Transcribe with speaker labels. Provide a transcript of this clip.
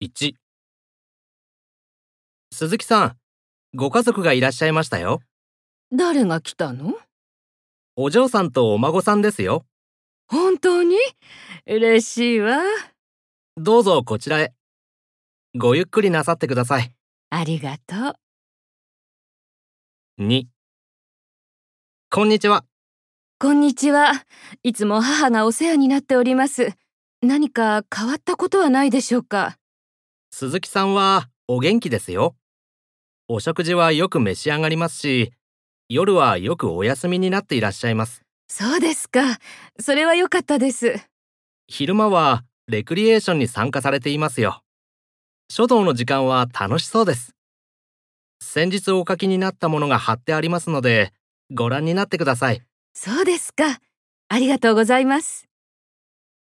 Speaker 1: 1鈴木さん、ご家族がいらっしゃいましたよ。
Speaker 2: 誰が来たの
Speaker 1: お嬢さんとお孫さんですよ。
Speaker 2: 本当に嬉しいわ。
Speaker 1: どうぞこちらへ。ごゆっくりなさってください。
Speaker 2: ありがとう。
Speaker 1: 2こんにちは。
Speaker 2: こんにちは。いつも母がお世話になっております。何か変わったことはないでしょうか
Speaker 1: 鈴木さんはお元気ですよ。お食事はよく召し上がりますし、夜はよくお休みになっていらっしゃいます。
Speaker 2: そうですか。それは良かったです。
Speaker 1: 昼間はレクリエーションに参加されていますよ。書道の時間は楽しそうです。先日お書きになったものが貼ってありますので、ご覧になってください。
Speaker 2: そうですか。ありがとうございます。